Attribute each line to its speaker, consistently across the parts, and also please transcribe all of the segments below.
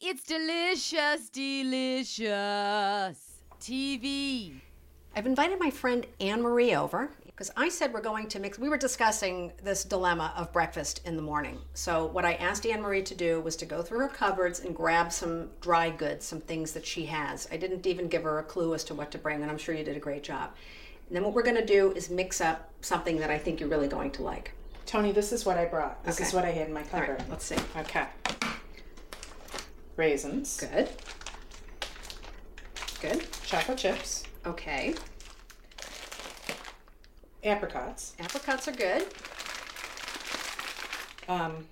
Speaker 1: It's delicious, delicious TV.
Speaker 2: I've invited my friend Anne Marie over because I said we're going to mix. We were discussing this dilemma of breakfast in the morning. So, what I asked Anne Marie to do was to go through her cupboards and grab some dry goods, some things that she has. I didn't even give her a clue as to what to bring, and I'm sure you did a great job. And then, what we're going to do is mix up something that I think you're really going to like.
Speaker 3: Tony, this is what I brought. This is
Speaker 2: Okay.
Speaker 3: what I had in my
Speaker 2: All
Speaker 3: cupboard.
Speaker 2: right, let's see.
Speaker 3: Okay. Raisins.
Speaker 2: Good. Good.
Speaker 3: Chocolate chips.
Speaker 2: Okay.
Speaker 3: Apricots.
Speaker 2: Apricots are good.
Speaker 3: Um,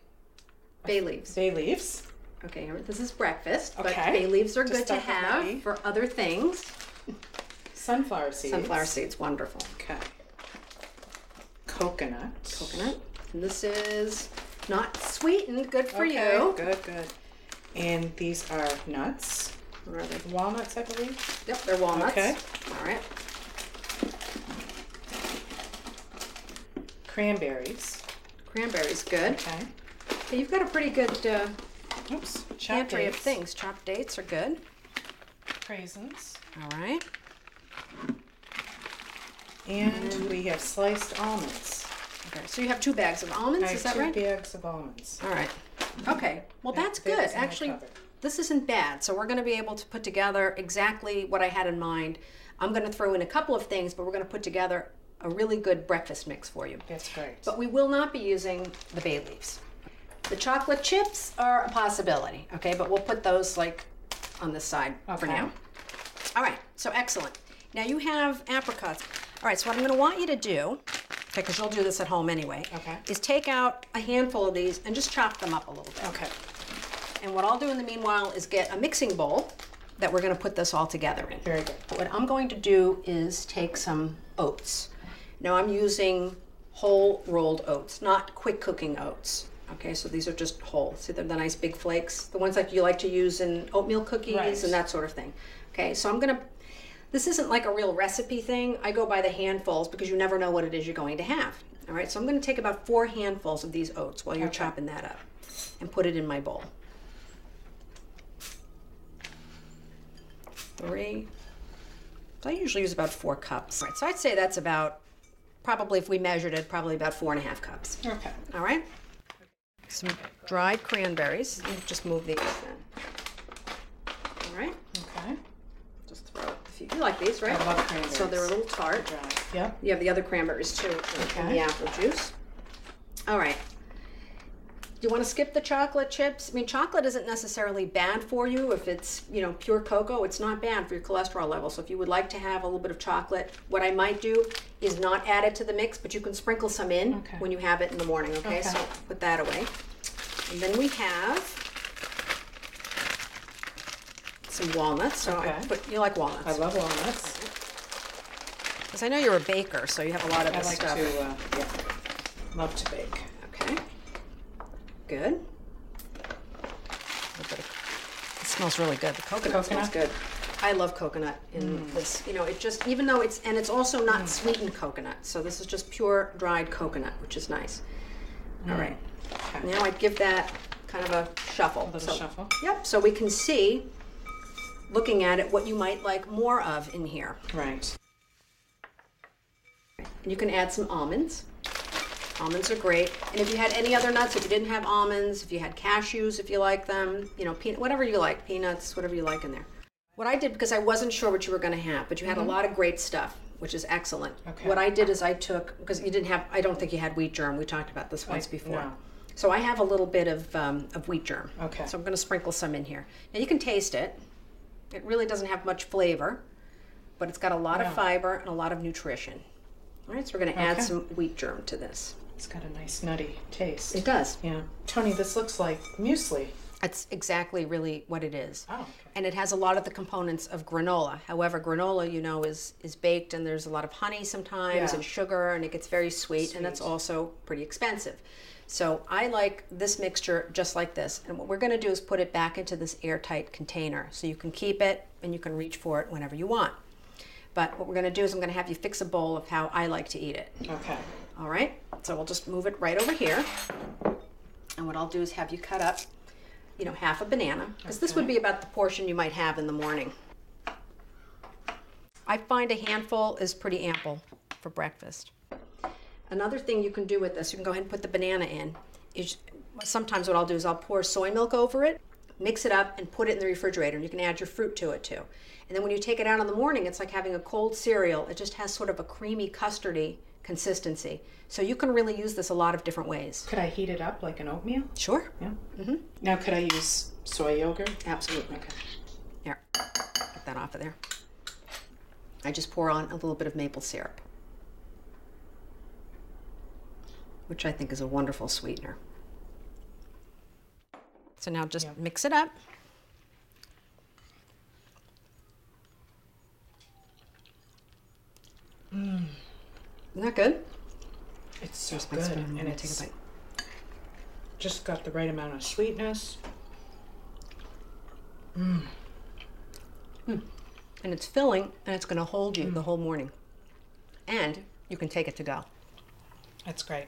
Speaker 2: Bay leaves.
Speaker 3: bay leaves.
Speaker 2: Okay, here- this is breakfast, but
Speaker 3: Okay.
Speaker 2: bay leaves are
Speaker 3: To
Speaker 2: good to
Speaker 3: start with
Speaker 2: have
Speaker 3: maybe.
Speaker 2: for other things.
Speaker 3: Sunflower seeds.
Speaker 2: Sunflower seeds, wonderful.
Speaker 3: Okay. Coconut.
Speaker 2: Coconut. And this is not sweetened, good for
Speaker 3: Okay,
Speaker 2: you.
Speaker 3: Good, good. And these are nuts.
Speaker 2: Where are they?
Speaker 3: Walnuts, I believe.
Speaker 2: Yep, they're walnuts.
Speaker 3: Okay.
Speaker 2: All right.
Speaker 3: Cranberries.
Speaker 2: Cranberries, good.
Speaker 3: Okay.
Speaker 2: Hey, you've got a pretty good uh,
Speaker 3: Oops. Chopped
Speaker 2: pantry of
Speaker 3: dates.
Speaker 2: things. Chopped dates are good.
Speaker 3: Raisins.
Speaker 2: All right.
Speaker 3: And
Speaker 2: Mm.
Speaker 3: we have sliced almonds.
Speaker 2: Okay, so you have two bags of almonds,
Speaker 3: I
Speaker 2: is
Speaker 3: have
Speaker 2: that
Speaker 3: two
Speaker 2: right?
Speaker 3: bags of almonds.
Speaker 2: All right. Okay. Well,
Speaker 3: Yeah,
Speaker 2: that's
Speaker 3: that
Speaker 2: good.
Speaker 3: was in my
Speaker 2: Actually,
Speaker 3: cupboard.
Speaker 2: this isn't bad. So we're going to be able to put together exactly what I had in mind. I'm going to throw in a couple of things, but we're going to put together a really good breakfast mix for you.
Speaker 3: That's great.
Speaker 2: But we will not be using the bay leaves. The chocolate chips are a possibility, okay? But we'll put those like on this side for
Speaker 3: Okay.
Speaker 2: now. All right, so excellent. Now you have apricots. All right, so what I'm going to want you to do, because you'll do this at home anyway,
Speaker 3: Okay.
Speaker 2: is take out a handful of these and just chop them up a little bit.
Speaker 3: okay.
Speaker 2: And what I'll do in the meanwhile is get a mixing bowl that we're going to put this all together in.
Speaker 3: Very good.
Speaker 2: What I'm going to do is take some oats. Now I'm using whole rolled oats, not quick cooking oats. Okay, so these are just whole. See, they're the nice big flakes, the ones like you like to use in oatmeal cookies
Speaker 3: Right.
Speaker 2: and that sort of thing. Okay, so I'm gonna. This isn't like a real recipe thing. I go by the handfuls because you never know what it is you're going to have. All right, so I'm gonna take about four handfuls of these oats while you're chopping that up, and put it in my bowl. Three, so I usually use about four cups. All right, so I'd say that's about, probably if we measured it, probably about four and a half cups.
Speaker 3: Okay.
Speaker 2: All right? Some dried cranberries. Let me Just move these in. All right?
Speaker 3: Okay.
Speaker 2: Just throw a few. You like these, right?
Speaker 3: I love cranberries.
Speaker 2: So they're a little tart.
Speaker 3: Right. Yep.
Speaker 2: You have the other cranberries too, and the
Speaker 3: Okay.
Speaker 2: apple juice. All right. You want to skip the chocolate chips? I mean, chocolate isn't necessarily bad for you if it's, you know, pure cocoa. It's not bad for your cholesterol level. So if you would like to have a little bit of chocolate, what I might do is not add it to the mix, but you can sprinkle some in
Speaker 3: Okay.
Speaker 2: when you have it in the morning. Okay?
Speaker 3: Okay.
Speaker 2: so put that away. And then we have some walnuts. So I
Speaker 3: Okay.
Speaker 2: put you like walnuts.
Speaker 3: I love walnuts.
Speaker 2: Because I know you're a baker, so you have a lot of
Speaker 3: I
Speaker 2: this
Speaker 3: like
Speaker 2: stuff.
Speaker 3: to, uh, yeah, love to bake.
Speaker 2: Okay. Good. A little bit of- It smells really good. The coconut, Mm. smells
Speaker 3: Coconut?
Speaker 2: good. I love coconut in this. You know, it just even though it's and it's also not sweetened coconut. So this is just pure dried coconut, which is nice. All right.
Speaker 3: Okay.
Speaker 2: Now I give that kind of a shuffle.
Speaker 3: A little shuffle.
Speaker 2: Yep. So we can see, looking at it, what you might like more of in here.
Speaker 3: Right.
Speaker 2: And you can add some almonds. Almonds are great. And if you had any other nuts, if you didn't have almonds, if you had cashews, if you like them, you know, peanut, whatever you like, peanuts, whatever you like in there. What I did, because I wasn't sure what you were going to have, but you had a lot of great stuff, which is excellent.
Speaker 3: Mm-hmm. Okay.
Speaker 2: What I did is I took, because you didn't have, I don't think you had wheat germ. We talked about this once before.
Speaker 3: no.
Speaker 2: So I have a little bit of, um, of wheat germ.
Speaker 3: Okay.
Speaker 2: So I'm going to sprinkle some in here. Now you can taste it. It really doesn't have much flavor, but it's got a lot of
Speaker 3: No.
Speaker 2: fiber and a lot of nutrition. All right, so we're going to add
Speaker 3: Okay.
Speaker 2: some wheat germ to this.
Speaker 3: It's got a nice nutty taste.
Speaker 2: It does.
Speaker 3: yeah. Tony, this looks like muesli.
Speaker 2: That's exactly really what it is.
Speaker 3: Oh, okay.
Speaker 2: And it has a lot of the components of granola. However, granola, you know, is is baked and there's a lot of honey sometimes
Speaker 3: Yeah.
Speaker 2: and sugar and it gets very sweet, and that's also pretty expensive. So I like this mixture just like this. And what we're going to do is put it back into this airtight container so you can keep it and you can reach for it whenever you want. But what we're going to do is I'm going to have you fix a bowl of how I like to eat it.
Speaker 3: Okay.
Speaker 2: All right, so we'll just move it right over here. And what I'll do is have you cut up you know, half a banana, because this would be about the portion you might have in the morning. I find a handful is pretty ample for breakfast. Another thing you can do with this, you can go ahead and put the banana in. Is sometimes what I'll do is I'll pour soy milk over it, mix it up, and put it in the refrigerator. And you can add your fruit to it too. And then when you take it out in the morning, it's like having a cold cereal. It just has sort of a creamy custardy consistency. So you can really use this a lot of different ways.
Speaker 3: Could I heat it up like an oatmeal?
Speaker 2: Sure.
Speaker 3: Yeah. Mm-hmm. Now, could I use soy yogurt?
Speaker 2: Absolutely.
Speaker 3: Okay.
Speaker 2: Here, get that off of there. I just pour on a little bit of maple syrup, which I think is a wonderful sweetener. So now just mix it up.
Speaker 3: Mm.
Speaker 2: Isn't that good?
Speaker 3: It's so
Speaker 2: My
Speaker 3: good,
Speaker 2: spoon, I'm
Speaker 3: and
Speaker 2: gonna take a
Speaker 3: it's
Speaker 2: bite.
Speaker 3: just got the right amount of sweetness.
Speaker 2: And it's filling, and it's going to hold you the whole morning. And you can take it to go.
Speaker 3: That's great.